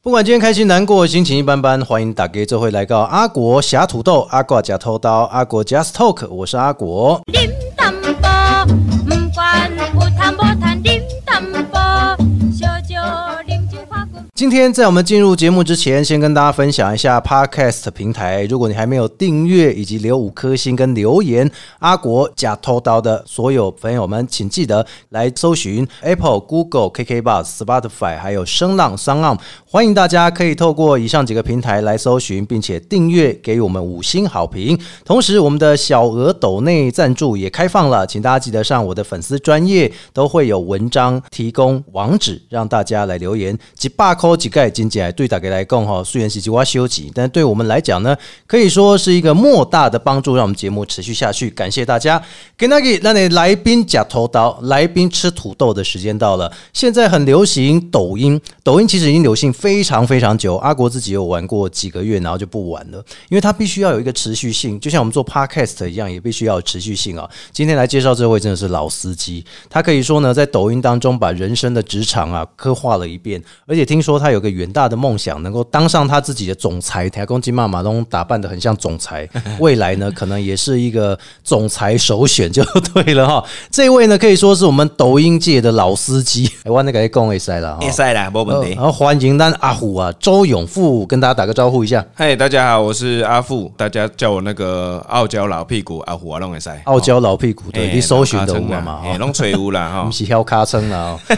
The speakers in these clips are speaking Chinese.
不管今天开心难过，心情一般般，欢迎打给这会来到阿国侠土豆，阿国假偷刀，阿国 Just Talk，我是阿国。 điểm tâm bò Mùm quan u tham bò than điểm tâm bò Cho cho điểm chữ hoa của 今天在我们进入节目之前，先跟大家分享一下 Podcast 平台。如果你还没有订阅以及留五颗星跟留言，阿国假偷刀的所有朋友们，请记得来搜寻 Apple、Google、KKBox、Spotify，还有声浪、商浪。欢迎大家可以透过以上几个平台来搜寻，并且订阅，给予我们五星好评。同时，我们的小额抖内赞助也开放了，请大家记得上我的粉丝专业，都会有文章提供网址让大家来留言。几百块几盖金姐对大家来讲哈，虽然是几挖修集，但对我们来讲呢，可以说是一个莫大的帮助，让我们节目持续下去。感谢大家。给那个让你来宾假头刀，来宾吃土豆的时间到了。现在很流行抖音，抖音其实已经流行非常非常久。阿国自己有玩过几个月，然后就不玩了，因为它必须要有一个持续性，就像我们做 podcast 一样，也必须要有持续性啊。今天来介绍这位真的是老司机，他可以说呢，在抖音当中把人生的职场啊刻画了一遍，而且听说他有个远大的梦想，能够当上他自己的总裁。台公鸡妈马东打扮的很像总裁，未来呢可能也是一个总裁首选就对了哈。这位呢可以说是我们抖音界的老司机，台湾那个共 A 赛了哈会。赛啦，没问呃题然。后欢迎咱阿虎啊，周永富跟大家打个招呼一下。嗨，大家好，我是阿富，大家叫我那个傲娇老屁股阿虎啊，弄会塞。傲娇老屁股，对、嘿你搜寻的弄我卡称嘛哦啦，哈嘿，弄吹乌啦不 哈，是挑卡称啊，哎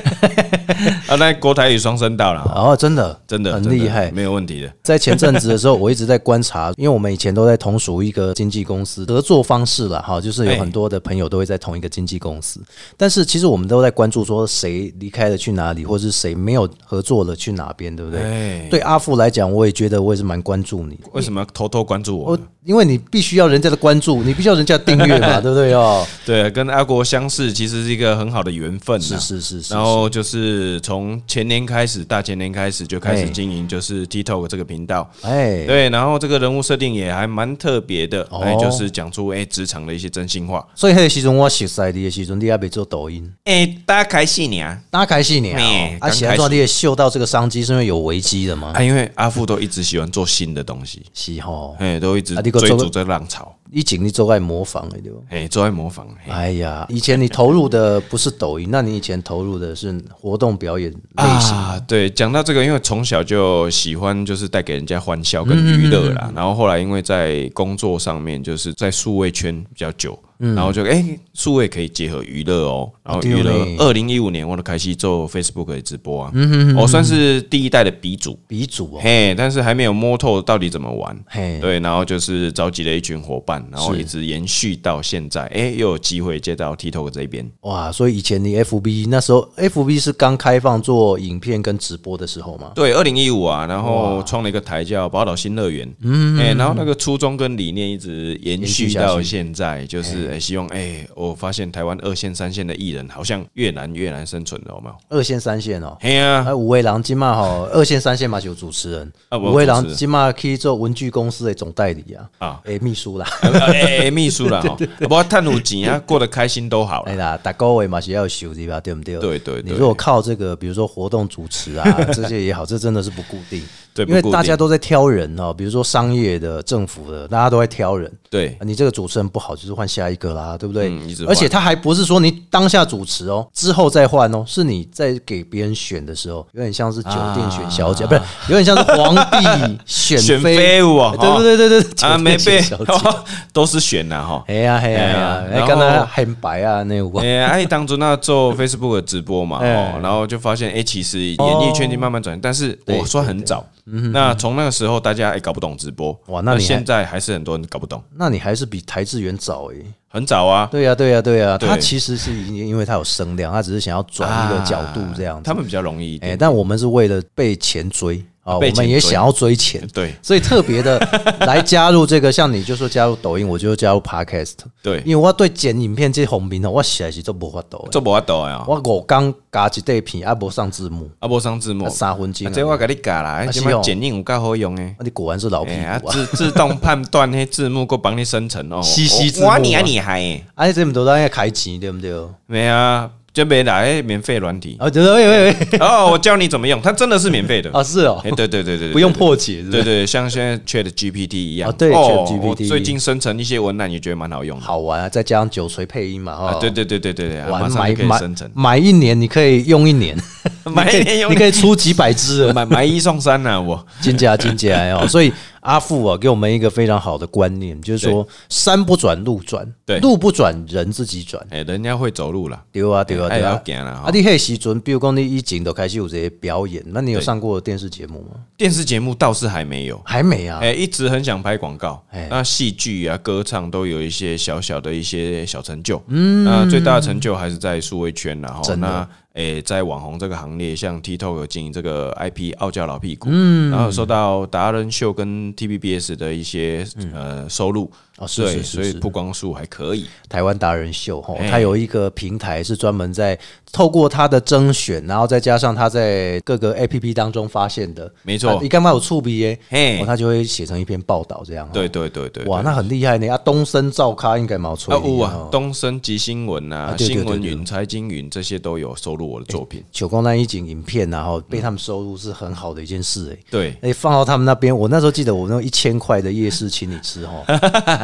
啊，那国台语双声道啦，吼哦，真的，哎真的很真的厉害。没有问题的。在前阵子的时候，我一直在观察，因为我们以前都在同属一个经纪公司，合作方式啦，哈，就是哎有很多的朋友都会在同一个经纪公司，但是其实我们都在关注说谁离开了去哪里，或是谁没有合作了去哪边，对不对？哎，对阿富来讲，我也觉得我也是蛮关注你的，为什么偷偷关注我我呢？因为你必须要人家的关注，你必须要人家的订阅 嘛，对不对哦？对，跟阿国相识其实是一个很好的缘分是呐。是是是，然后就是从前年开始，大前年开始就开哎始经营，就是 TikTok 这个频道。哎，对，然后这个人物设定也还蛮特别的，哦哎，就是讲出哎职场的一些真心话。所以那个时阵我熟悉你的时阵，你还没做抖音。哎，大家开戏你啊！大开戏你啊嘿，啊，刚喜欢开说始你也嗅到这个商机，是因为有危机的吗？啊，因为阿富都一直喜欢做新的东西，是吼，哎，都一直啊你还追做过逐这浪潮，以前你做爱模仿的对吧？哎，都在模仿。嘿哎呀，以前你投入的不是抖音，那你以前投入的是活动表演类型。啊，对，讲到这个，因为从小就喜欢就是带给人家欢笑嗯跟娱乐啦，然后后来因为在工作上面就是在数位圈比较久，然后就哎，数、位可以结合娱乐哦，然嗯后对嗯娱乐呢，二零一五年我都开始做 Facebook 的直播啊，我算是第一代的鼻祖，鼻祖哦，嘿，但是还没有摸透到底怎么玩，嘿，对，然后就是召集了一群伙伴，然后是一直延续到现在，哎、又有机会接到 TikTok 这边。哇，所以以前你 FB 那时候 FB 是刚开放做影片跟直播的时候嘛？对，二零一五啊，然后创了一个台叫宝岛新乐园，嗯，哎、然后那个初衷跟理念一直延延续续下去到现在，就是、哎希望哎、我发现台湾二线、三线的艺人好像越难越难生存了，有没有？二线三线哦。嘿呀、啊，哎，五位郎今嘛吼，二线三线嘛是有主持人，啊我五有位主持郎人今嘛去做文具公司的总代理啊，啊哎秘书 啦，哎、哎秘书 啦，哈，不过探路钱啊，过得开心都好哎了。啦，打高位嘛是要有收入吧，对不对？对对你对如果靠这个，比如说活动主持啊 这些也好，这真的是不固定。对不因为固大定家都在挑人哦，比如说商业的、政府的，大家都在挑人。对 啊，你这个主持人不好，就是换下一个啦，对不对？嗯一直换而且他还不是说你当下主持哦，之后再换哦，是你在给别人选的时候，有点像是酒店选小姐，不是，有点像是皇帝选啊选妃，哎妃舞啊对哈对对对对，啊，酒没店选被 小姐。，都是选呐、哈。哎呀哎呀哎呀哎呀，哎，然刚才后很白啊，那我 哎、阿姨当初那做 Facebook 的直播嘛，哎哦哦，然后就发现，哎、其实演艺圈已经慢慢转，但是我算很早。嗯那从那个时候，大家哎、搞不懂直播，哇那你还现在还是很多人搞不懂，那你还是比台志远早诶、很早啊，对呀、对呀、对呀、对他其实是因因为他有声量，他只是想要转一个角度这样子。啊他们比较容易一哎、点。但我们是为了被钱追啊，被我钱们也追想要追钱， 对所以特别 的来加入这个，像你就说加入抖音，我就加入 Podcast，对，因为我对剪影片这红名哦，我实在是都无法抖的。做不啊法抖呀，我五刚加一块片，啊，无上字幕，阿波上字幕啊，，三分钟啊而已、这我给你改啦，啊是这哦么剪映有够好用诶。啊你果然是老屁哎呀，股啊！自自动判断那字幕，给我 帮你生成哦。西西字幕哇，你啊嘛你还哎啊，你这么多人要开钱，对不对？没啊？就没来免费软体哦，就是喂喂 喂，哦，我教你怎么用，它真的是免费的哦，是哦哎，，对对对对，对不用。破解，是不对是对对，像现在 Chat GPT 一样，哦对哦 ChatGPT 我最近生成一些文案也觉得蛮好用的。好玩啊，再加上九锤配音嘛，啊哈，，对对对对对对，啊玩马上买就可以买，生成买一年，你可以用一年， 买一年用你可以出几百只了，买买一送三呢，我金家金家哦，所以阿富啊，给我们一个非常好的观念，就是说山不转路转，对路不转人自己转，哎，人家会走路了，对啊对啊哎对要啊。行了啊哈，。你迄时阵，比如讲你一景都开始有这些表演，那你有上过电视节目吗？电视节目倒是还没有，还没啊，哎，一直很想拍广告哎，那戏剧啊、歌唱都有一些小小的一些小成就，嗯，那最大的成就还是在数位圈然后真的那诶，在网红这个行列，像 TikTok 有经营这个 IP 傲娇老屁股，嗯，然后受到达人秀跟 TVBS 的一些呃收入，嗯哦是对，是所是以是曝光数还可以，台湾达人秀吼，哎它有一个平台是专门在透过它的甄选，然后再加上它在各个 A P P 当中发现的，没错啊你干嘛有触笔耶？嘿哦，它就会写成一篇报道这样。对，对对对，哦哇，对那很厉害呢！啊，东升照咖应该蛮有出啊，名有的啊哦，。东升及新闻啊，啊对对对新闻对云、财经云这些都有收录我的作品。九宫那一景影片、啊，然嗯后被他们收入是很好的一件事哎。对，哎、放到他们那边，我那时候记得我那一千块的夜市请你吃 哦，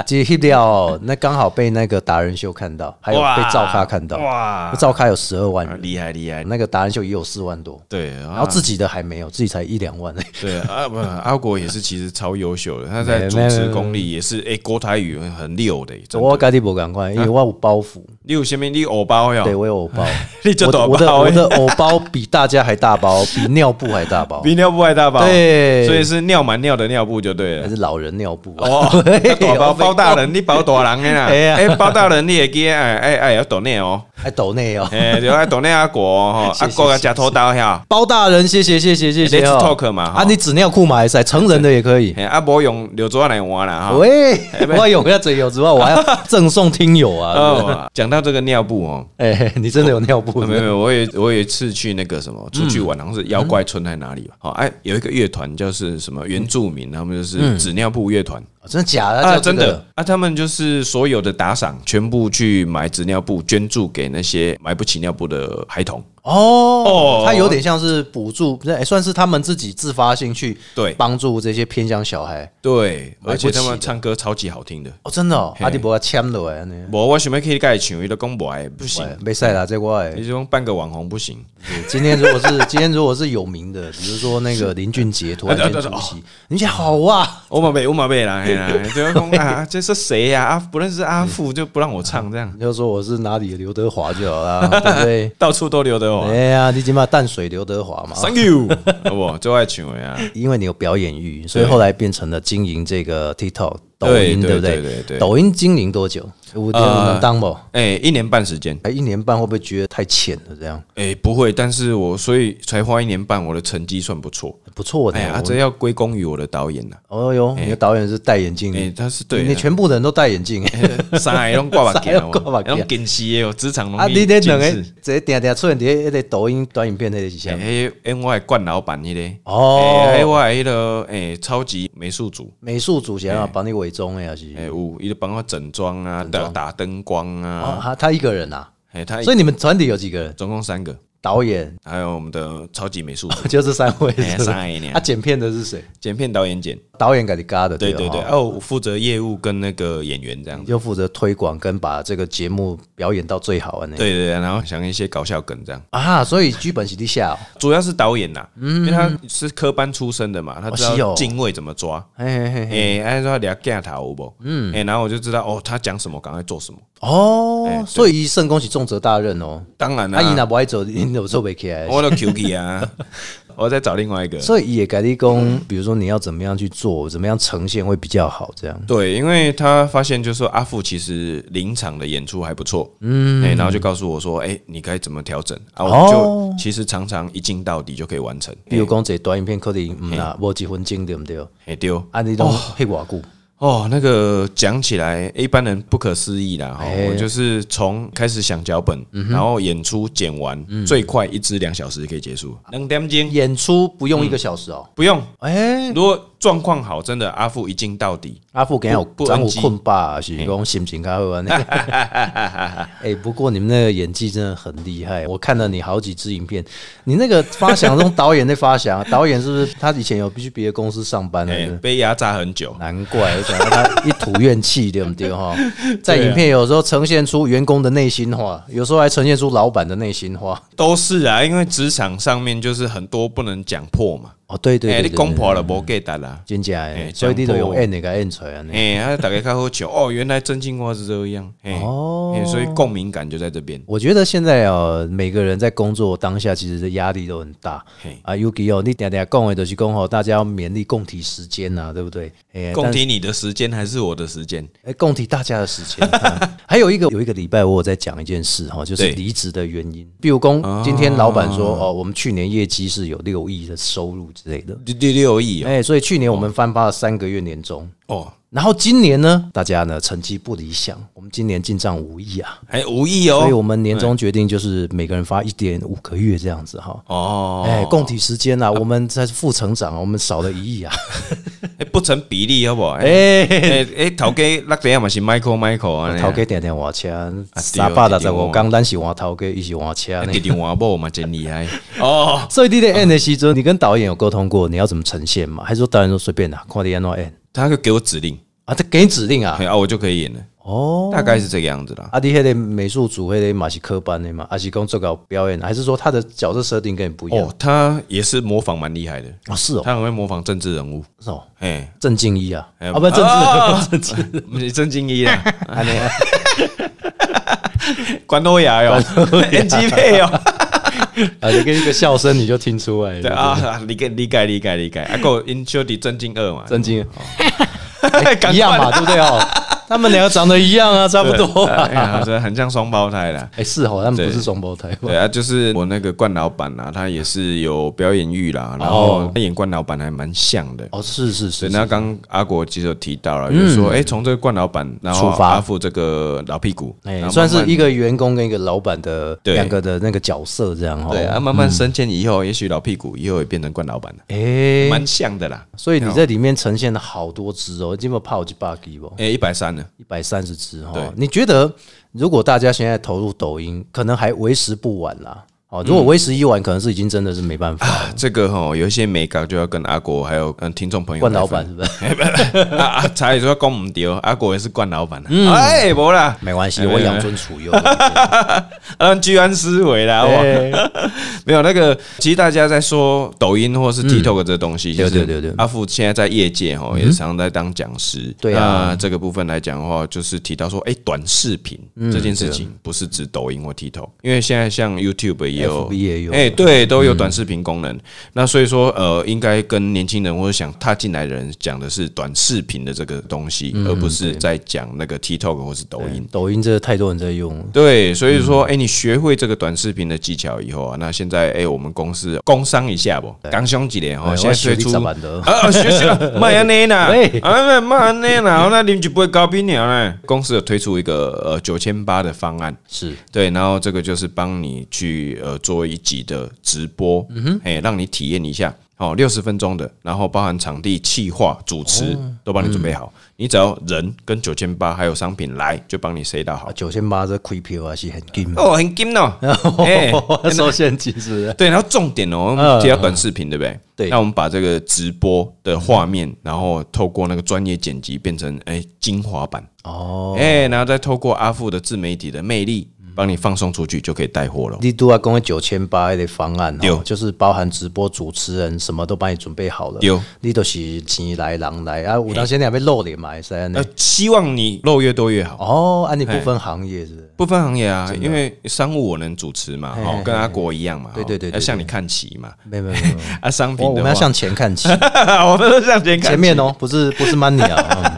结果掉哦，那刚好被那个达人秀看到，哎还有哇被照咖看到，哇，照咖有十二万啊人，厉害厉害。那个达人秀也有四万多，对，然然后自己的还没有，自己才一两万。对啊，不，阿国也是其实超优秀的，他在没主没持没功力也是，哎，郭台语很溜的，真我的。家己不赶快，因为我有包 袱，你有什么？你偶包呀？对我有偶包， 你这我的大我的包我欸的偶包比大家还大 包，比尿布还大包，比尿布还大包，对所以是尿满尿的尿布就对还了。是老人尿布啊。哦， 那大包包大人，你包大人的啦。哎呀哎，包大人你也给哎哎哎要懂内哦，还抖内哦，哎，就爱懂内阿国哦，谢阿谢国个谢谢假头刀呀。包大人，谢谢谢谢谢谢 Let's 哦 talk 嘛哈啊，你纸尿裤嘛还是成人的也可以。嘿，啊，无用刘卓来换啦哈。 喂，我有要整有之外，我还要赠送听友啊。哦，讲到这个尿布哦，哎，你真的有嗯尿布？没有没有，我有我有一次去那个什么出去玩，好像是妖怪村还是哪里吧？哦，哎，有一个乐团就是什么原住民，他们就是纸尿布乐团哦真的假的？啊，嗯叫这真个的啊，他们就是所有的打赏全部去买纸尿布，捐助给那些买不起尿布的孩童。哦哦，它有点像是补助，不是哎算是他们自己自发性去对帮助这些偏乡小孩。对，买不而起且的他们唱歌超级好听的。哦，真的哦，嘿阿迪伯签了哎，呢，我我想要去盖唱，伊都讲不爱，哎不行，哎没赛啦，这块你这种半个网红不行。今天如果是今天如果是有名的，比如说那个林俊杰突然哎间出哦席，你想好啊，我马贝，我马贝 啦，嘿啦，就要讲啊，这是谁呀？啊，不认识阿富就不让我唱，这样你就说我是哪里的刘德华就好啦，对不 对？到处都留哦得我哎。呀，你起码淡水刘德华嘛， Thank you，我最爱唱的啊， 因为你有表演欲，所以后来变成了经营这个 TikTok 抖对音，对对不对对对抖音经营多久？五年呃能当不？哎，一年半时间，哎，一年半会不会觉得太浅了？这样哎，不会，但是我所以才花一年半，我的成绩算不错。不错的。哎呀，这要归功于我的导演呐，啊哦哟，你的导演是戴眼镜，哎，他是对哎你的，全部的人都戴眼镜。三个拢挂把 剑三个拢挂哦，目镜拢近视的哦，职场拢 哎啊，你那两个近视这点点出现在那个抖音短影片那个是哎啥？哎，哎我的冠老板那个，哦哎，哎我的那个哎超级美术组。美术组想要帮你伪装的还哎、是？有伊就帮我整装啊，打打灯光哦，啊，他他一个人啊，哎、他所以你们团体有几个人？总共三个，导演还有我们的超级美术组 就这三位哎是吧三个而已？他剪片的是谁？剪片导演剪，导演给你嘎的，对吧对对，哦哦，我负责业务跟那个演员这样你子，就负责推广跟把这个节目表演到最好啊，那对对对，然后想一些搞笑梗这样，啊，所以剧本是地下、哦，主要是导演呐、因为他是科班出身的嘛，他知嗯哦是哦道镜位怎么抓。嘿嘿嘿嘿， 哎，按照俩 get 头不？嗯，哎，然后我就知道哦，他讲什么，赶快做什么。哦，哎对所以圣恭喜重责大任哦，当然阿姨啦那，不爱走，你有做不起来。我的 QK 啊， 我再找另外一个。所以也改立功，比如说你要怎么样去做，怎么样呈现会比较好，这样对，因为他发现就是说阿富其实临场的演出还不错，嗯，哎、然后就告诉我说，哎、你该怎么调整啊？我们就、哦其实常常一镜到底就可以完成。哎比如讲这短影片可能嗯啊，无几分钟对不对？哎丢啊，你都配偌久？哦，那个讲起来一般人不可思议啦哈、哎嗯我就是从开始想脚本，然后演出剪完，最快一支两小时可以结束，啊两点钟演出不用一个小时哦。不用。哎，如果状况好，真的阿富一镜到底。阿富给我不不张我安静困吧，是讲心情开会 呢。哎，不过你们那个演技真的很厉害，我看了你好几支影片，你那个发想中导演在发想， 导演是不是他以前有去别的公司上班哎、的？被压榨很久，难怪我想到他一吐怨气，对不对 哈？在啊影片有时候呈现出员工的内心话，有时候还呈现出老板的内心话。都是啊，因为职场上面就是很多不能讲破嘛。哦，对对哎、对你对，讲破了，了无给答啦。真假的，哎所以你都讲用破 N 那个 N 出来啊。哎、啊大家看好久哦，原来真心话是这样。哎、哦哎所以共鸣感就在这边。我觉得现在哦，每个人在工作当下其实压力都很大嘿啊。Yuki 哦，你点点共的都是共吼，大家要勉励共体时间呐、对不对？哎共体你的时间还是我的时间？哎，共体大家的时间。 啊还有一个，有一个礼拜我有在讲一件事哈，就是对啊离职的原因。比如说，今天老板说哦，我们去年业绩是有六亿的收入之类的，六六六亿哦哎，所以去年我们翻发了三个月年终。哦，然后今年呢，大家呢成绩不理想，我们今年进账五亿啊，哎、五亿哦，所以我们年终决定就是每个人发一点五个月这样子哈。哦，哎，共体时间啊，我们才是负成长啊，我们少了一亿啊！哎不成比例，好不好？哎哎，哎哎，头家那底下嘛是 Michael Michael 啊，头家点点换车，三对百六十对五对工咱是换头家，伊是换车呢弟。弟瓦某嘛真厉 害哦。所以你在 end 的时候，你跟导演有沟通过你要怎么呈现吗？还是说导演说随便啦，看你安怎 end 他就给我指令，啊？他给你指令啊哎？啊，我就可以演了，哦，大概是这个样子啦。啊，你迄个美术组迄个嘛是科班的嘛，还是讲做搞表演的，还是说他的角色设定跟你不一样哦？，他也是模仿蛮厉害的，哦，是哦，他很会模仿政治人物，是哦， 哎，郑敬一啊，哎啊，不，郑啊智，郑智，不是郑敬一啦，安尼啊 关东雅 哟， 演技配哦，啊，你跟一个笑声你就听出来对了，啊，啊理解理解理解理解，啊，够因小弟郑敬二嘛，郑敬 赶快一样嘛，对不对哦？他们两个长得一样啊，差不多对 哎呀啊。这很像双胞胎啦。哎，是哦，他们不是对双胞胎吧对？啊，就是我那个冠老板啊，他也是有表演欲啦，然后他演冠老板还蛮像的。哦，是是所是以，那刚阿国其实有提到了，就是说，哎，从这个冠老板，然后出发阿富这个老屁股，然哎，后算是慢慢一个员工跟一个老板的对两个的那个角色这样哦。对啊，慢慢升迁以后，也许老屁股以后也变成冠老板了，哎，蛮像的啦。所以你在里面呈现了好多只哦，你有没有怕我去 bug 不？哎，一百三哦了，一百三十只哈对。你觉得如果大家现在投入抖音，可能还为时不晚啦。嗯哦，如果为时已晚，可能是已经真的是没办法。这个哈有一些美感就要跟阿国还有嗯听众朋友冠来老分 板是不是？啊啊，查理说讲唔丢，阿国也是冠老板啊，哎，无啦，没关 系，哎我没有养尊处优。嗯，居安思危啦，哇， 没有那个，其实大家在说抖音或是 TikTok 这东西，对就是对对对阿富现在在业界哈，也常在当讲师。对啊那这个部分来讲的话，就是提到说，哎，短视频嗯这件事情不是指抖音或 TikTok，因为现在像 YouTube 也有 FB 也有嗯哎，对，都有短视频功能。那所以说，呃，应该跟年轻人或者想踏进来的人讲的是短视频的这个东西，嗯而不是在讲那个 TikTok 或是抖音。抖音这太多人在用了，对，所嗯以说，哎、你学会这个短视频的技巧以后啊，那现在，哎、我们公司工商一下不？刚兄几年哦，哎现我在学推历出咋办的？啊，啊学习卖安内啦喂，啊，卖安内啦，那你们就不会高逼鸟呢？公司有推出一个呃九千八的方案，是对，然后这个就是帮你去呃做一集的直播，嗯哎、让你体验一下哦，六十分钟的，然后包含场地、企划、主持、哦都帮你嗯准备好，你只要人跟九千八还有商品来，就帮你塞到好啊，。九千八这亏票啊，是很金的。哦，很 金哦，哎，收现金哦是不是？对，然后重点哦，我们提到短视频，对不对？对那我们把这个直播的画面，然后透过那个专业剪辑变成哎精华版，哦，嗯哎，然后再透过阿富的自媒体的魅力，帮你放送出去就可以带货了。你都要公九千八的方案对哦，就是包含直播主持人什么都帮你准备好了对，你都是钱来狼来啊，我当现在还被露脸嘛，是呃，希望你露越多越好。哦，啊，你不分行业是不是？不分行业啊，因为商务我能主持嘛，嘿哦嘿，跟阿国一样嘛，对哦对对对要向你看齐嘛。没有没有没有，啊，商品我我的们话要向前看齐， 我们都向前看齐前面哦，不是不是 money 啊，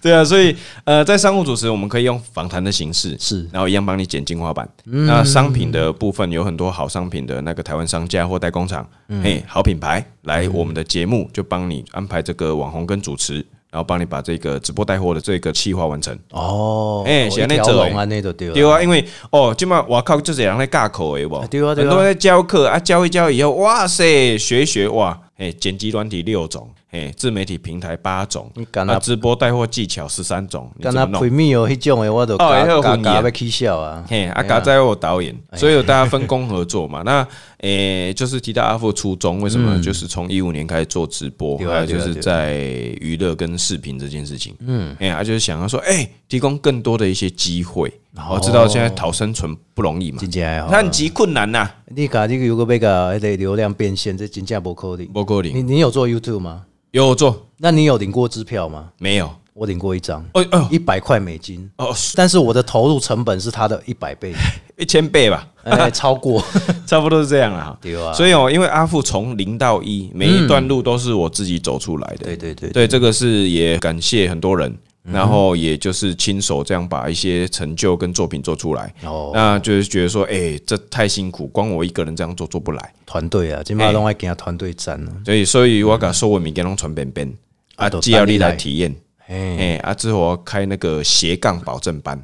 对啊，所以呃，在商务主持，我们可以用访谈的形式，是嗯然后一样帮你剪精华版。那商品的部分有很多好商品的那个台湾商家或代嗯工厂，嘿，好品牌来我们的节目就帮你安排这个网红跟主持。然后帮你把这个直播带货的这个计划完成。哦，哎是一安尼条做的龙啊，那都对了。对啊，因为哦，今嘛我靠，就是人在尬口诶，不啊，对啊对啊很多人在教课啊，教一教以后，哇塞，学一学哇，哎，剪辑软体六种，哎，自媒体平台八种你，干啊，那直播带货技巧十三种，你干怎那么弄？ premium 迄种的，我都哦嘎那个嘎混嘎颜要起笑啊。嘿，阿对嘎在我导演，哎所以有大家分工合作嘛。那诶、就是提到阿富初衷，为什么？就是从一五年开始做直播，嗯对啊还有就对啊是对啊在娱乐跟视频这件事情。嗯，哎、他就是想要说，哎、提供更多的一些机会。我、知道现在讨生存不容易嘛，真正的哦它很极困难呐、啊你讲你如果要个那个流量变现，这真正不可能。包括你领你有做 YouTube 吗？有做那你有领过支票吗？没有？我领过一张，哦哦一百块美金，哦，但是我的投入成本是他的一百 倍，一千倍吧，哎，超过。 差不多是这样啦。对啊嗯所以哦，因为阿富从零到一，每一段路都是我自己走出来的。对对对，嗯对，这个是也感谢很多人，然后也就是亲手这样把一些成就跟作品做出来。哦，那就是觉得说，哎、这太辛苦，光我一个人这样做做不来，团队嗯啊，今麦拢爱跟他团队战啊。所以所以我把所有物件拢传便便啊，就既要等你你来来体验，哎、哎，啊之后我开那个斜杠保证班，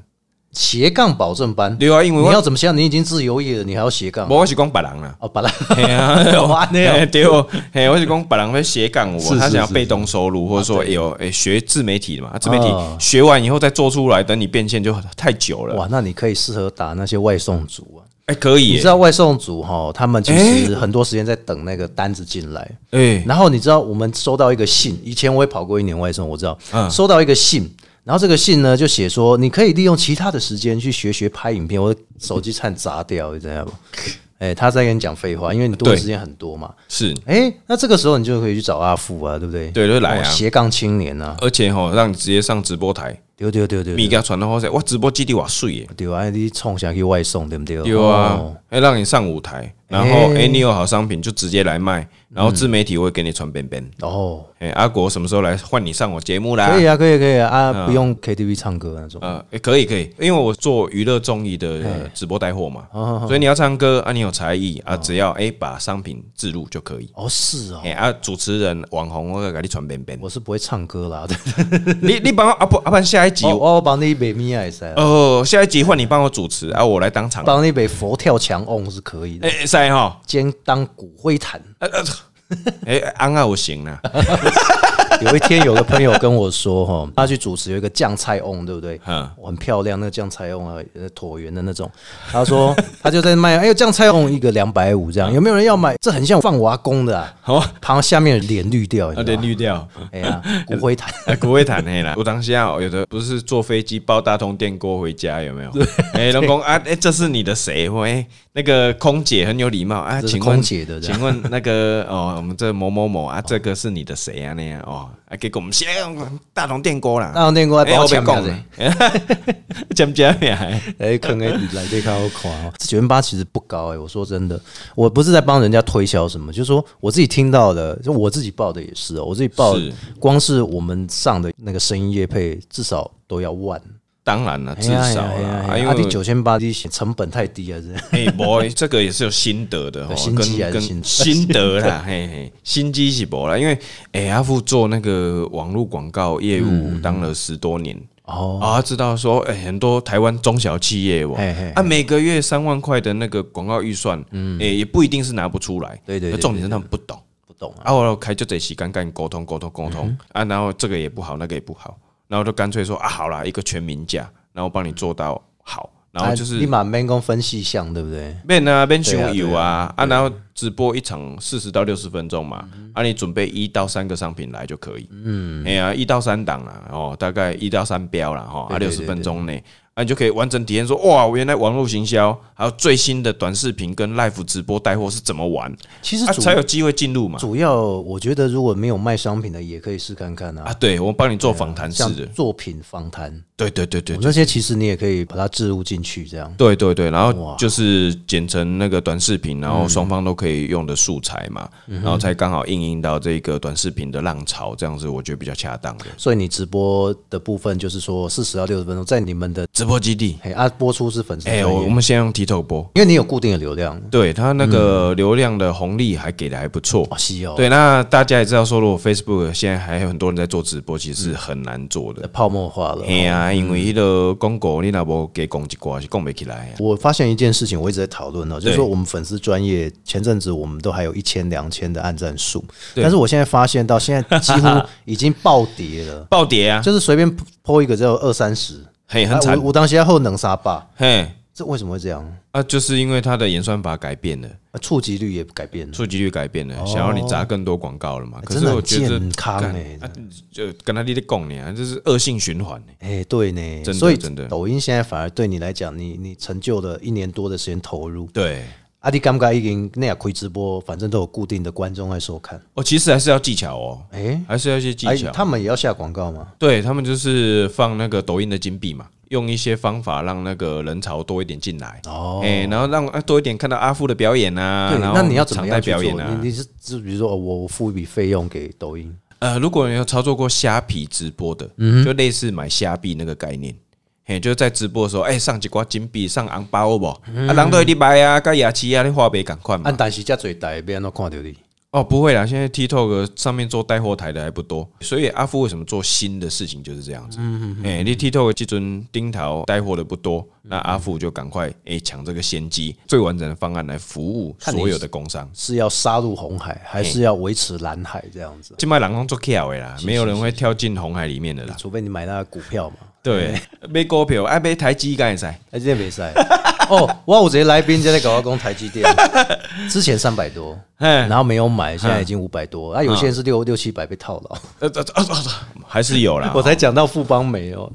斜杠保证班，对啊，因为你要我怎么想？你已经自由业了，你还要斜杠？我我是讲白人 啦，哦，把它 嘿啊哇那样嘿对哦，嘿，我是讲别人会斜杠是我，是他想要是被动收入，或者说有诶学自媒体的嘛，自媒体哦学完以后再做出来，等你变现就太久了。哇，那你可以适合打那些外送族啊。哎，可以你知耶，道外送组哈，他们其实很多时间在等那个单子进来。哎，然后你知道我们收到一个信，以前我也跑过一年外送，我知道，嗯收到一个信，然后这个信呢就写说，你可以利用其他的时间去学学拍影片，我的手机差点砸掉，你知 道吗？哎，他在跟你讲废话，因为你多的对时间很多嘛。是，哎，那这个时候你就可以去找阿富啊，对不对？对就来啊哦斜杠青年啊，而且吼，让你直接上直播台，对对对对米对，给他传到后台，哇，直播基地哇碎耶，对啊，你冲下去外送对不对？有啊哦，，哎，让你上舞台，然后哎哎，你有好商品就直接来卖，然后自媒体我会给你传边边，哦，哎，阿国什么时候来换你上我节目啦？可以啊，可以可以啊嗯啊，不用 KTV 唱歌那种。呃，欸可以可以，因为我做娱乐综艺的呃直播带货嘛，哦所以你要唱歌啊，你有才艺啊，只要哎把商品置入就可以。哦，是哦哎，啊，主持人、网红，我给你传边边。我是不会唱歌啦。对你你帮我啊不啊不然下一集哦，我帮你北咪啊也塞，哦，下一集换你帮我主持啊，我来当场。帮你北佛跳墙翁是可以的，哎，塞哈，兼当骨灰坛。哎，安啊我行 啦，有一天有个朋友跟我说， 哈，他去主持有一个酱菜翁，对不对？ 嗯我很漂亮，那个酱菜翁啊，呃椭圆的那种。他说 他就在卖，哎呦，酱菜翁一个两百五这嗯样，有没有人要买？这很像放娃公的 啊，好，旁下面脸绿掉，你有知道点吗啊 哎绿掉。呀，骨灰坛。 啊，骨灰坛嘿啦，我当下哦有的不是坐飞机抱大通电锅回家有没有？哎，龙公啊，哎，这是你的谁？喂，哎那个空姐很有礼貌啊，这是请空问姐的这样哦请问那个 哦，我们这某某某啊，这个是你的谁啊？那样哦，啊，给我们先大同电锅啦，大同电锅哎帮我我被签名啊讲了， 讲讲呀，哎，坑哎，来这看我垮哦，九元八其实不高哎、我说真的，我不是在帮人家推销什么，就是说我自己听到的，就我自己报的也是哦、我自己报是，光是我们上的那个声音业配至少都要万，当然了，至哎少呀哎呀啦，哎啊因呀啊，第为九千八的成本太低了，啊是不 是哎，boy，这个也是有心得的哦，心机还跟是心跟心得啦， 嘿嘿，心机是博啦，因为哎阿富做那个网络广告业务当了十多年。嗯哦，啊，知道说，哎、很多台湾中小企业哦嘿嘿嘿，啊，每个月三万块的那个广告预算，嗯，哎、也不一定是拿不出来，对对对重点是他们不懂，不懂啊，啊，我开就得洗干干沟通沟通沟嗯通，啊，然后这个也不好，那个也不好，然后就干脆说啊，好啦，一个全民价，然后帮你做到好，然后就啊立是。马 man 工分析项，对不对？变啊变对啊嗯熊油对啊啊，然后直播一场四十到六十分钟嘛，啊，你准备一到三个商品来就可以。嗯，哎呀，一到三档啦，哦，大概一到三标啦，哈，啊，对六对十对分钟内，啊，你就可以完整体验说，哇，我原来网络行销还有最新的短视频跟 live 直播带货是怎么玩，其实啊，主、才有机会进入嘛。主要我觉得如果没有卖商品的，也可以试看看啊，啊，对，我帮你做访谈式像的，作品访谈，对对对对那些其实你也可以把它置入进去，这样。对对对，然哇后就是剪成那个短视频，然后双方都可以用的素材嘛，然后才刚好应应到这个短视频的浪潮，这样子我觉得比较恰当的。所以你直播的部分就是说四十到六十分钟，在你们的直播基地，哎、啊，播出是粉丝哎、专业，我我们先用 TikTok 播，因为你有固定的流量，对他那个流量的红利还给的还不错哦，。西哦，对，那大家也知道说，如果 Facebook 现在还有很多人在做直播，其实是很难做的。泡沫化了。哦哎呀，因为那个公狗你那无给讲一挂是讲不起来啊。我发现一件事情，我一直在讨论哦，就是对说我们粉丝专业前阵子我们都还有一千两千的按赞数，对但是我现在发现到现在几乎已经暴跌 了，暴跌啊，就是随便 po 一个只有二三十，嘿，啊很惨我，我当时后能杀吧？嘿，这为什么会这样？啊，就是因为它的演算法改变了，啊触及率也改变了，触及率改变了，想要你砸更多广告了嘛。可哦哎真是的我很觉得健康干哎、啊就跟他你在讲呢，这是恶性循环欸哎、对呢，真的所以真的抖音现在反而对你来讲，你你成就了一年多的时间投入，啊对，阿弟敢不敢已经那样亏直播，反正都有固定的观众在收看，哦，其实还是要技巧哦，哎、还是要一些技哎巧。他们也要下广告吗？对他们就是放那个抖音的金币嘛，用一些方法让那个人潮多一点进来，哦哎，然后让啊多一点看到阿富的表演啊，对，然后那你要怎么常态样去表做？演啊你？你是就比如说，哦我我付一笔费用给抖音，呃，如果你有操作过虾皮直播的，嗯就类似买虾币那个概念，嘿，就是在直播的时候，哎、上几挂金币，上红包不？嗯啊，人都一拜啊，跟牙齿啊，你花呗赶快嘛按。但是这最大别人都看到你，哦，不会啦，现在 TikTok 上面做带货台的还不多，所以阿富为什么做新的事情就是这样子。嗯哎、你 TikTok 这尊丁桃带货的不多，那阿富就赶快哎抢、这个先机，最完整的方案来服务看你所有的工商。是要杀入红海，还是要维持蓝海这样子？金麦郎工做 K 的啦，没有人会跳进红海里面的啦。除非你买那个股票嘛，对，买股票爱买台积干噻。哎，这没赛哦，哇，我直接来宾在那搞工台积电，之前三百多，哎，嗯然后没有买，现在已经五百多，啊，有些人是六六七百被套牢。呃呃呃呃，还是有啦 。哦我才讲到富邦没哦，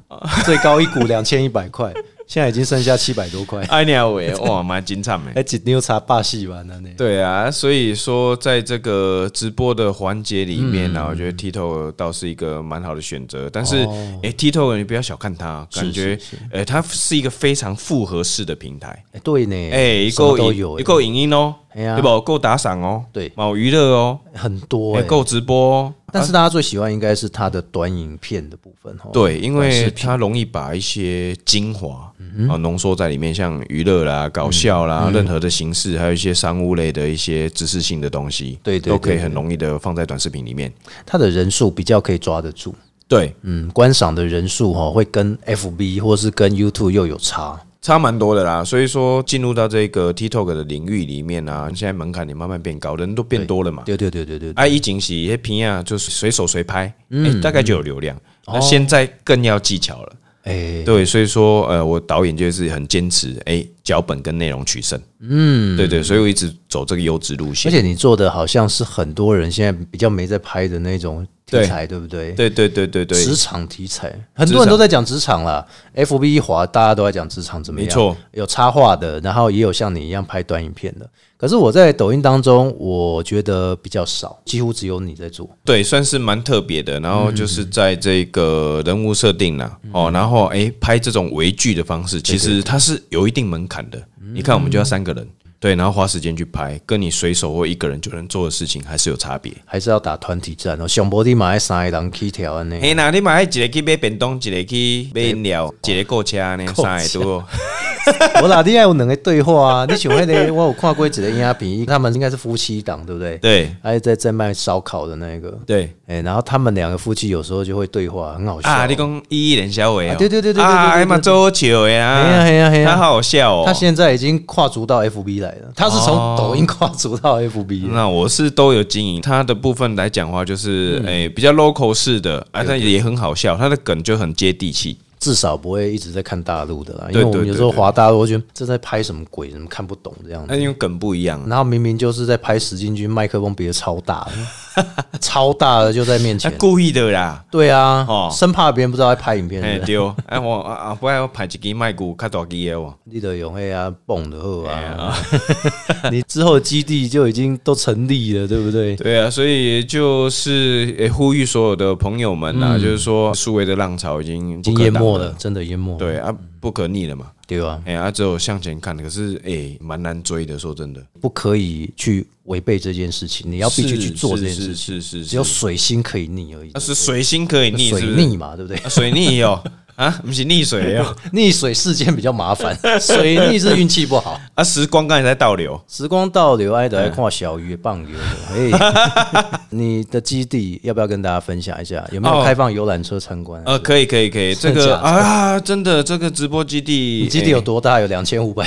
最高一股两千一百块，现在已经剩下七百多块，哎鸟喂， 哇，蛮精彩的。哎，一牛茶霸戏完了呢。对啊，所以说在这个直播的环节里面嗯呢、啊，我觉得 Tito 倒是一个蛮好的选择。但是，哦哎，Tito 你不要小看它，感觉，呃，它是一个非常复合式的平台。哎对呢，哎，什么够都有，影，够影音哦，哎呀对不？够打赏哦，对够娱乐哦，很多哎哎，够直播哦。但是大家最喜欢应该是它的短影片的部分哈。对，因哦短为视频嗯它容易把一些精华啊浓缩在里面，像娱乐啦、搞笑啦、任何的形式，还有一些商务类的一些知识性的东西，对对都可以对很容易的放在短视频里面。它的人数比较可以抓得住，对，嗯，观赏的人数哈会跟 FB 或是跟 YouTube 又有差。差蛮多的啦。所以说，进入到这个 TikTok 的领域里面啊，现在门槛也慢慢变高，人都变多了嘛。对对对对对，啊，以前是那片啊，就是随手随拍，嗯哎，大概就有流量。哦那现在更要技巧了。哎，对，所以说，呃，我导演就是很坚持，哎、脚本跟内容取胜。嗯，对对，所以我一直走这个优质路而线。且你做的好像是很多人现在比较没在拍的那种题对材，对不对？对对对对对，职场题材，很多人都在讲职场啦。F B 一滑，大家都在讲职场怎么样？没错，有插画的，然后也有像你一样拍短影片的。可是我在抖音当中，我觉得比较少，几乎只有你在做。对，算是蛮特别的。然后嗯就是在这个人物设定啦，哦，然后哎、拍这种微剧的方式，其实它是有一定门槛的。嗯你看，我们就要三个人，对，然后花时间去拍，跟你随手或一个人就能做的事情还是有差别。还是要打团体战哦，熊博弟马来三个人起条安尼，嘿，那你买一个去买便当，一个去买饮料，一个购车呢，购三个车多。我哪里有两个对话啊？你喜欢那个我有看过一个影片，他们应该是夫妻档，对不对？对还有在在卖烧烤的那个，对。哎、然后他们两个夫妻有时候就会对话，很好笑。啊，你讲依依人小伟啊哦，对对对对对对啊，对哎嘛对周球呀，嘿呀嘿呀嘿呀他啊好好笑哦。他现在已经跨足到 FB 来了，他是从抖音跨足到 FB 了。那我是都有经营，他的部分来讲的话，就是嗯哎比较 local 式的，啊，但也很好笑，他的梗就很接地气。至少不会一直在看大陆的啦，因对为我们对有时候对对滑大陆，我觉得这在拍什么鬼，怎么看不懂这样那子。因为梗不一样啊，然后明明就是在拍史进军，麦克风别的超大的， 超大的就在面他前。故意的啦。对啊，哦生怕别人不知道在拍影片哎是不是。 丢，哎我啊啊，不要拍一支麦鼓，较大支的哦。你的永黑啊，蹦的后哎啊， 你之后的基地就已经都成立了，对不对？对啊，所以就是诶呼吁所有的朋友们啊，就是说数位的浪潮已经已嗯已经淹没了，，嗯真的淹没了。对啊，不可逆了嘛。对啊，哎、啊，只有向前看，可是哎，蛮、难追的。说真的，不可以去违背这件事情，你要必须去做这件事是情。是是是只有水星可以逆而已。啊那是水星可以逆，水是不是逆嘛，对不对啊？水逆哦，啊，不是溺水哦， 溺水事件比较麻 烦，水逆是运气不好。啊，时光刚才在倒流，时光倒流，爱德爱看小鱼棒游的。哎， 你的基地要不要跟大家分享一下？有没有哦开放游览车参观啊？呃，可以可以可以，这真的个假的啊，真的这个直播基地，哎你基地有多大？有两千五 百，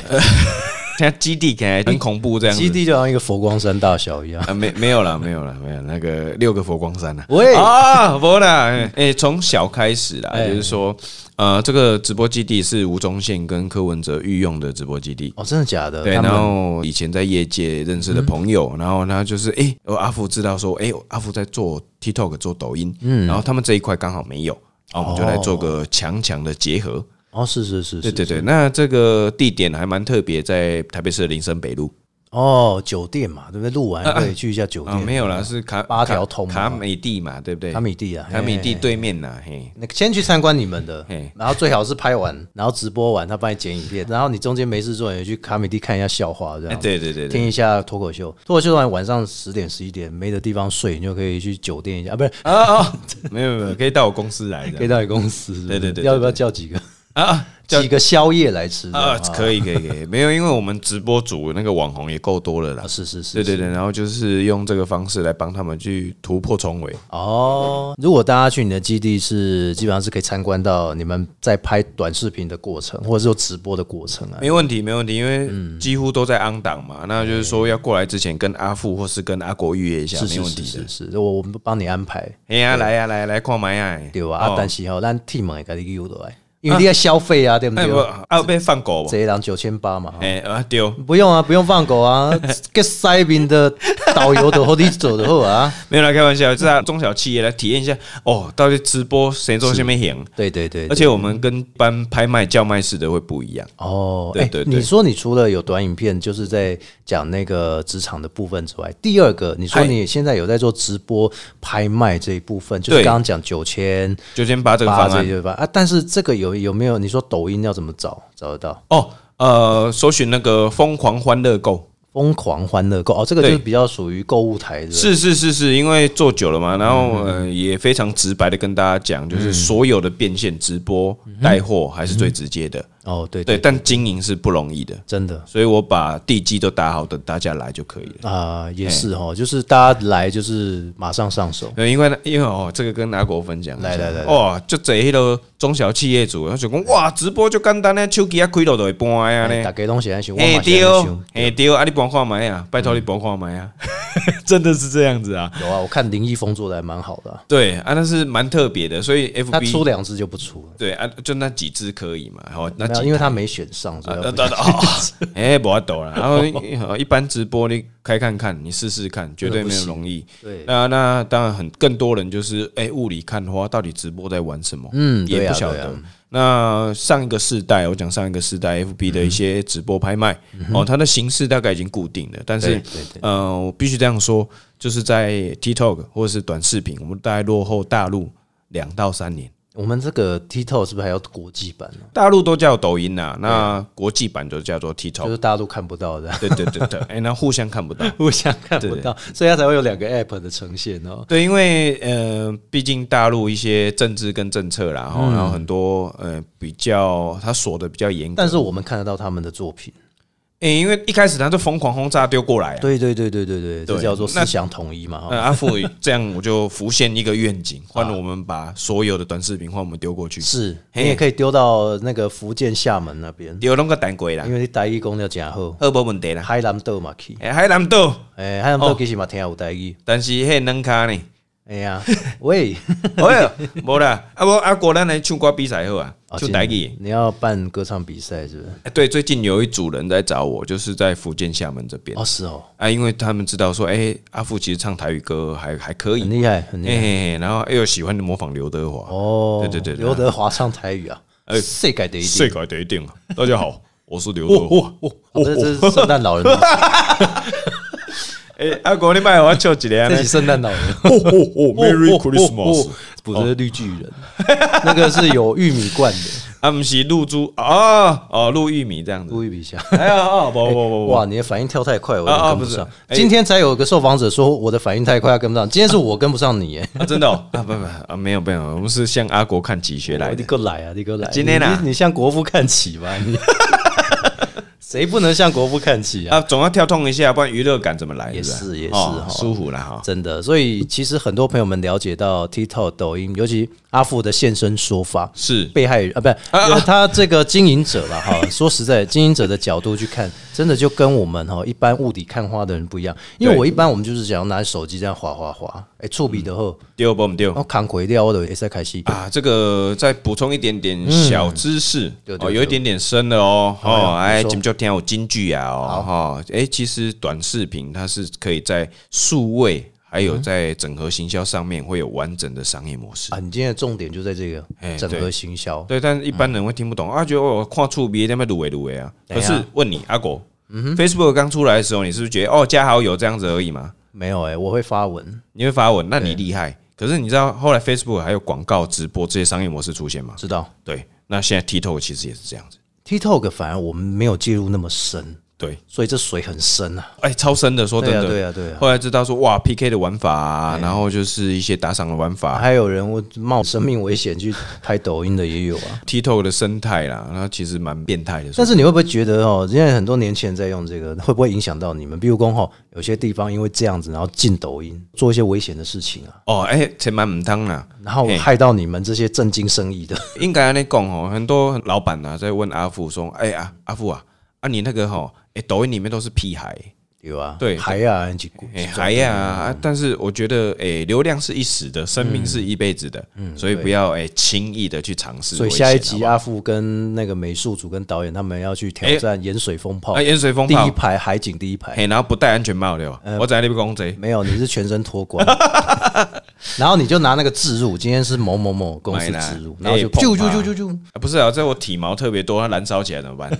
现在基地感觉很恐怖这样子。基地就好像一个佛光山大小一样。啊，没没有了，没有了，没有那个六个佛光山呐、啊。喂啊，不啦，哎、从小开始啦，哎就是说，呃，这个直播基地是吴宗宪跟柯文哲御用的直播基地。哦，真的假的？对，他然们嗯后以前在业界认识的朋友，然后他就是哎，我阿福知道说，哎，阿福在做 TikTok 做抖音，嗯，然后他们这一块刚好没有，然后我们就来做个强强的结合。哦，是是是，对是对对，那这个地点还蛮特别，在台北市的林森北路哦，酒店嘛，对不对？录完可以去一下酒啊，店。没有啦，是卡八条卡通嘛卡美地嘛，对不对？卡米蒂啊，卡米嘿地。对面呐，嘿，那先去参观你们的嘿，啊然后最好是拍完，然后直播完，他帮你剪影片，然后你中间没事做，也去卡米蒂看一下笑话，这哎，样。对对对哦听对，一下脱口秀，脱口秀完晚上十点十一点没的地方睡，你就可以去酒店一下，啊，不是啊啊，没有没有，可以到我公司来可以的到你公司。是不是对对对对要不要叫几个啊，叫几个宵夜来吃？啊，这样可以可以可以，没有，因为我们直播组那个网红也够多了啦啊，，是是是，对对是。对，然后就是用这个方式来帮他们去突破重围。哦，如果大家去你的基地是，基本上是可以参观到你们在拍短视频的过程，或者是有直播的过程啊。没问题，没问题，因为嗯几乎都在昂档嘛，那就是说要过来之前跟阿富或是跟阿国预约一下，是没是问是题的是。是，我我们帮你安排，哎呀，来呀，来来，看买呀，对吧？哦啊，但是吼，咱 team 也给你溜落来，因为你要消费啊，对不哎不，对？啊被放狗吧这？一档九千八嘛，哎啊丢，不用啊，不用放狗啊， 给塞宾的导游的或你走的后啊，没有啦，开玩笑，这样中小企业来体验一下哦，到底直播谁做下面行？对对嗯对而，且我们跟一般拍卖叫卖式的会不一样。哦，对哎对对你说你除了有短影片，就是在讲那个职场的部分之外，第二个你说嗨你现在有在做直播拍卖这一部分，就是对刚刚讲九千就先把这个八方这案些吧啊，但是这个有有没有？你说抖音要怎么找找得到？哦，呃，搜寻那个疯狂欢乐购。疯狂欢乐购哦，这个就对是比较属于购物台的，是是是是，因为做久了嘛，然嗯后呃也非常直白的跟大家讲，就是所有的变现、直播、带货还是最直接的，哦，对对，对，但经营是不容易的，真的。所以我把地基都打好，等大家来就可以了。啊、也是哦，就是大家来就是马上上手，对，因为呢因为哦，这个跟阿国分享一下，来来来来哇，就这迄个中小企业主，他就讲哇，直播就简单咧，手机啊开落就会搬啊哎咧大，家拢是安想，我嘿嘛是对安想哦，，嘿对哦，啊你搬看麦啊，拜托你搬看麦啊，嗯 真的是这样子啊，有啊，我看林一峰做的还蛮好的啊、对啊，那是蛮特别的，所以他出 FB 两只就不出了，对啊，就那几只可以嘛，好，那没有，几因为他没选上，所以啊要啊啊啊啊 哎，不要抖了，然后一一般直播你开看看，你试试看，绝对没有容易。对，那那当然很更多人就是哎、雾里看花，到底直播在玩什么？嗯对也啊不晓对得。啊那上一个世代，我讲上一个世代 FB 的一些直播拍卖、哦，它的形式大概已经固定了，但嗯对是对对，呃，我必须这样说，就是在 TikTok 或者是短视频，我们大概落后大陆两到三年。我们这个 TikTok 是不是还有国际版呢？大陆都叫抖音呐、那国际版就叫做 TikTok，就是大陆看不到的， 对对对对，哎、那互相看不到。互相看不到，所以它才会有两个 App 的呈现哦。对，因为呃，毕竟大陆一些政治跟政策啦，嗯然后、然后很多呃比较他锁的比较严格，但是我们看得到他们的作品，诶、因为一开始他就疯狂轰炸丢过来、啊，对对对对对对，对这叫做思那想统一嘛。那哈阿富这样我就浮现一个愿景，换了我们把所有的短视频换我们丢过去，啊是你嘿也可以丢到那个福建厦门那边，丢弄个胆鬼啦因，为你台语讲了真好，二无问题啦，海南岛嘛去，哎、海南岛，哎，海南岛哦其实嘛挺有台语。但是嘿能卡呢，哎 呀，喂， 哎 呀，无啦，啊不阿国咱来唱歌比赛好啊，啊唱台语哎今。你要办歌唱比赛是不是？对，最近有一组人在找我，就是在福建厦门这边哦，是哦，啊，因为他们知道说，哎、阿富其实唱台语歌还还可以很，厉害，很哎、厉害。然后又喜欢模仿刘德华，哦，对对对对刘德华唱台语啊，哎世界第一世定，界第一定，啊大家好， 我是刘德华。哦这这是圣诞老人 啊，哎、阿国你卖我笑几年这是 圣诞老人。哦哦哦哦哦哦哦不是绿巨人，那个是有玉米罐的，啊，不是露珠啊，哦，露玉米这样子。注意一下。哎呀，哦，不不不不哇，你的反应跳太快，我有啊点啊跟不不是上。哎今天才有个受访者说我的反应太快，跟不上。今天是我跟不上你耶， 不，啊，真的哦，啊，不不啊，没有没有，我们是向阿国看齐学来你的。个来啊，你个来！今天啊你你向国父看齐吧， 你谁不能向国父看齐啊？啊，总要跳动一下，不然娱乐感怎么来？也对不是对也是哦哈舒服了哈。真的，所以其实很多朋友们了解到 TikTok、抖音，尤其阿富的现身说法，是被害人啊，不是、由他这个经营者了 哈。说实在，经营者的角度去看，真的就跟我们哈一般雾里看花的人不一样。因为对我一般我们就是想要拿手机这样划划划，哎、触笔的后，丢不？我们丢然后扛回掉我的也在开戏。嗯啊，这个再补充一点点嗯小知识对对哦，对有一点点深的哦哦，哎你哎，说今天就听有金句啊哦哈，哎，其实短视频它是可以在数位还嗯有在整合行销上面会有完整的商业模式啊，。你今天的重点就在这个哎整合对行销。对，但是一般人会听不懂啊，觉得我跨处别在那边鲁维鲁维啊。哎呀可是问你阿狗，Facebook 嗯刚出来的时候，你是不是觉得哦加好友这样子而已嘛？没有哎、我会发文，你会发文，那你厉害。可是你知道后来 Facebook 还有广告、直播这些商业模式出现吗？知道。对，那现在 TikTok 其实也是这样子。 TikTok 反而我们没有介入那么深，对，所以这水很深啊。哎，超深的，说真对啊，的。哦对啊，对啊。后来知道说哇，PK 的玩法、啊，然后就是一些打赏的玩法、还有人我冒生命危险去拍抖音的也有啊。 TikTok 的生态啦，那其实蛮变态的。但是你会不会觉得哦，现在很多年轻人在用这个，会不会影响到你们？比如说哦，有些地方因为这样子，然后进抖音做一些危险的事情啊，哦，哎、钱蛮唔当啦，然后嘿害到你们这些正经生意的。 应该安尼讲哦，很多老板啊在问阿富说，哎、呀，阿富啊，啊你那个吼、哎、抖音里面都是屁孩，对吧？对还呀、啊，几哎、孩呀、啊，但是我觉得，哎、流量是一时的，生命是一辈子的，所以不要哎轻、易的去尝试。嗯所以下一集，阿富跟那个美术组跟导演他们要去挑战盐水风炮，呃啊盐水风第炮一排海景第一排，嘿、然后不戴安全帽的、哦，我在那边讲这。没有，你是全身脱 光，然后你就拿那个置入，今天是某某某公司买啦置入，然后就哎啾砰啾吧啾啾啾，啊、不是啊，这我体毛特别多，它燃烧起来怎么办？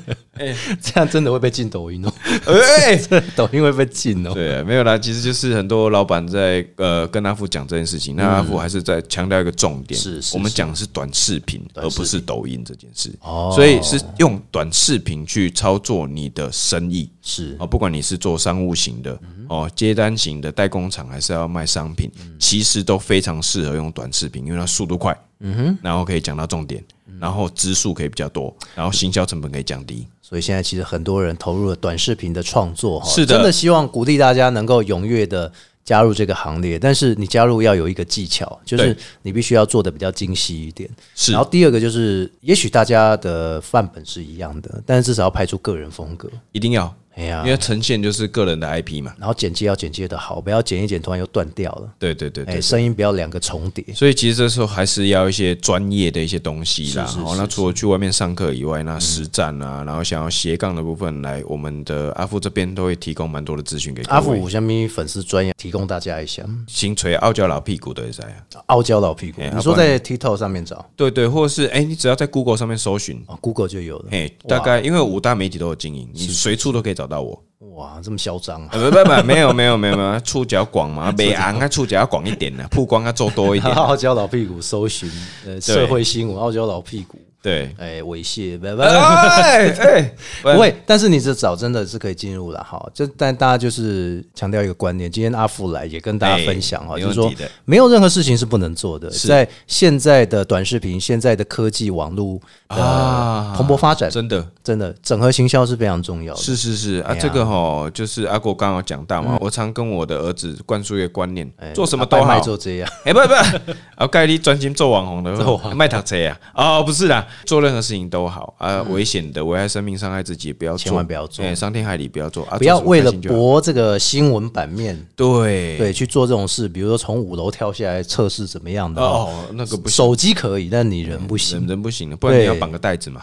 这样真的会被禁抖音哦， 哎、抖音会被禁哦。 对，没有啦，其实就是很多老板在呃跟阿富讲这件事情，那阿富还是在强调一个重点，嗯是是我们讲的是短视频，短而视频不是抖音这件事，哦所以是用短视频去操作你的生意。是嗯哦，不管你是做商务型的、哦，接单型的代工厂，还是要卖商品，其实都非常适合用短视频，因为它速度快，嗯哼，然后可以讲到重点，嗯然后支数可以比较多，然后行销成本可以降低。所以现在其实很多人投入了短视频的创作哈，是的真的希望鼓励大家能够踊跃的加入这个行列。但是你加入要有一个技巧，就是对你必须要做的比较精细一点。是然后第二个就是，也许大家的范本是一样的，但是至少要拍出个人风格。一定要，哎呀因，为呈现就是个人的 IP 嘛。然后剪接要剪接的好，不要剪一剪突然又断掉了。对对对对哎，声音不要两个重叠。所以其实这时候还是要一些专业的一些东西啦。是是哦，是嗯那除了去外面上课以外，那实战啊，然后想要斜杠的部分，来我们的阿富这边都会提供蛮多的资讯给各位阿福下面粉丝专业提供大家一下新锤傲娇老屁股的在啊，傲娇老屁股，哎你说在 TikTok 上面找对对，或者是哎、你只要在 Google 上面搜寻，哦 Google 就有了。哎、大概因为五大媒体都有经营，你随处都可以找到 我。哇，这么嚣张啊！呃不不不，没有没有没有没有，触角广 嘛，北昂啊，触角要广一点呢，曝光要做多一 点。啊傲娇老屁股搜寻呃社会新闻，傲娇老屁股，对，哎猥亵，不哎哎，不不会，但是你这早真的是可以进入了哈。就但大家就是强调一个观念，今天阿富来也跟大家分享哈，哎就是没说问题的没有任何事情是不能做的，在现在的短视频、现在的科技网络的啊蓬勃发展，真的。真的整合行销是非常重要的。是是是啊，哎呀嗯这个吼就是阿国刚刚有讲到嘛，我常跟我的儿子灌输一个观念，做什么都啊拜好卖，做这样，哎、不不， 啊，盖你专心做网红 的，做网红卖塔车啊？哦，不是啦，做任何事情都好啊，危险的危害生命、伤害自己也不要做，嗯千万不要做哎伤天害理不要做啊，不要做什么为了开心就好博这个新闻版面，对对，去做这种事，比如说从五楼跳下来测试怎么样的哦哦，那个不行，手机可以，但你人不人行，人不行了，不然你对要绑个带子嘛，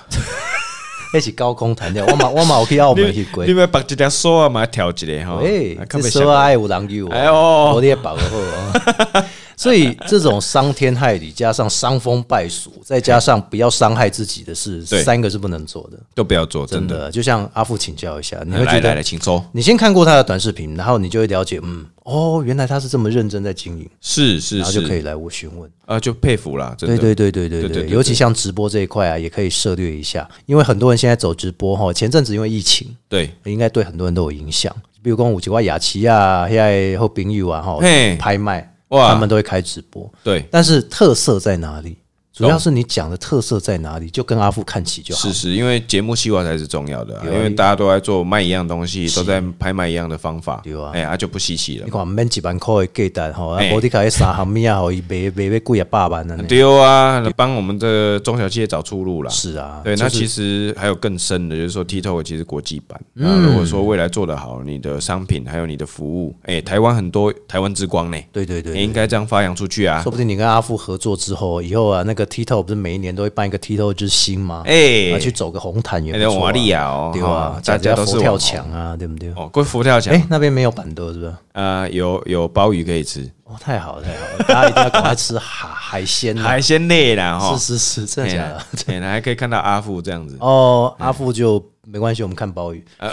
一起高空弹跳，我马我马我去澳门去过 你。们绑一条绳啊嘛，挑一个哈，喂啊，这较不说像爱有人有，哎呦我的保护好啊。 所以这种伤天害理，加上伤风败俗，再加上不要伤害自己的事，对三个是不能做的。都不要做，真真的。的，就像阿富请教一下，你会来觉来得来，请抽。你先看过他的短视频，然后你就会了解，嗯，哦，原来他是这么认真在经营，是是，然后就是可以来我询问。啊，就佩服啦，真对的。对对对对对对对对尤其像直播这一块啊，也可以涉略一下，因为很多人现在走直播哈，前阵子因为疫情，对应该对很多人都有影响。比如讲有几个雅琪啊，现在后冰友啊，哈嘿，拍卖，哇他们都会开直播。对，但是特色在哪里？主懂要是你讲的特色在哪里，就跟阿富看齐就好是。是，因为节目企划才是重要的啊，对因啊为大家都在做卖一样东西，都在拍卖一样的方法对啊，哎啊就不稀奇了你。看免几万块的价单吼，啊嘿无你开三项物啊，吼，伊卖卖要贵啊百万呢。丢啊，帮我们的中小企业找出路啦。是啊，对，那就是其实还有更深的，就是说 TikTok 其实国际版。嗯那如果说未来做得好，你的商品还有你的服务，哎，台湾很多台湾之光呢，对对对你应该这样发扬出去啊说。不定你跟阿富合作之后，以后啊，那个 T t o 不是每一年都会办一个 T t o 之星吗？哎啊，，去走个红毯也那不种错、瓦啊。利亚哦，对啊哈，大家都佛是跳网红墙啊，对不对？哦，过佛跳墙哎、，那边没有板凳是不是？啊，有有鲍鱼可以吃，哦，太好了，太好了，大家一定要赶快吃海海鲜啊！海鲜类啦哈。是是是，真的假的？哎，还可以看到阿富这样子。 哦，阿富就没关系，我们看鲍鱼呃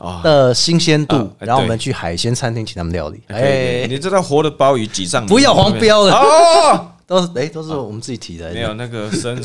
哦，的新鲜度，哎然后我对们去海鲜餐厅请他们料理。可以可以哎，你知道活的鲍鱼挤上不要黄标了 哦，都是哎都是我们自己提的，没有那个生。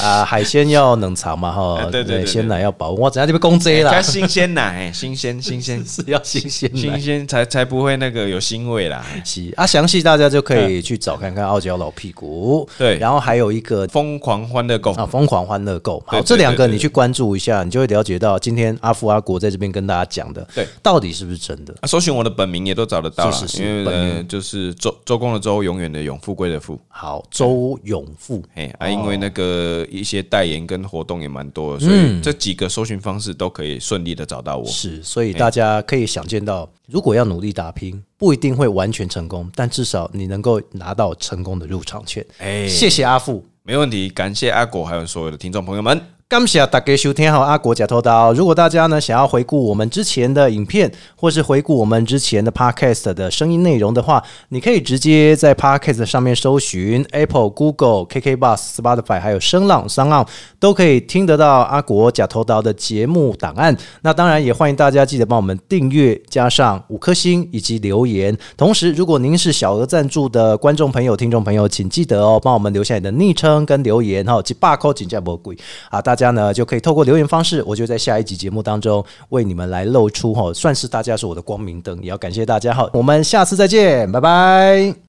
啊，海鲜要冷藏嘛哈，哎对对对对哎鲜奶要保温，我等下就被攻击加啦，新鲜奶，新 鲜新鲜是 要新鲜新奶。鲜才才不会那个有腥味啦。是啊，详细大家就可以去找看看傲娇老屁股，对然后还有一个疯狂欢乐购啊，疯狂欢乐购，好，对对这两个对对你去关注一下，你就会了解到今天阿富阿国在这边跟大家讲的，对，到底是不是真的？啊，搜寻我的本名也都找得到了是是，是因为本名呃就是周周公的周，永远的永，富贵的富。好，周永富，哎啊，因为那个一些代言跟活动也蛮多的，所嗯以这几个搜寻方式都可以顺利的找到我。是，所以大家可以想见到，如果要努力打拼，不一定会完全成功，但至少你能够拿到成功的入场券。哎，谢谢阿富，没问题，感谢阿果还有所有的听众朋友们。感谢大家收听好阿国假偷刀。如果大家呢想要回顾我们之前的影片，或是回顾我们之前的 podcast 的声音内容的话，你可以直接在 podcast 上面搜寻 Apple、Google、KK Bus、Spotify，还有声浪、商浪，都可以听得到阿国假偷刀的节目档案。那当然也欢迎大家记得帮我们订阅，加上五颗星以及留言。同时，如果您是小额赞助的观众朋友、听众朋友，请记得哦，帮我们留下你的昵称跟留言哈，几把扣请价不贵啊，大家呢就可以透过留言方式，我就在下一集节目当中为你们来露出哈，算是大家是我的光明灯，也要感谢大家哈，我们下次再见，拜拜。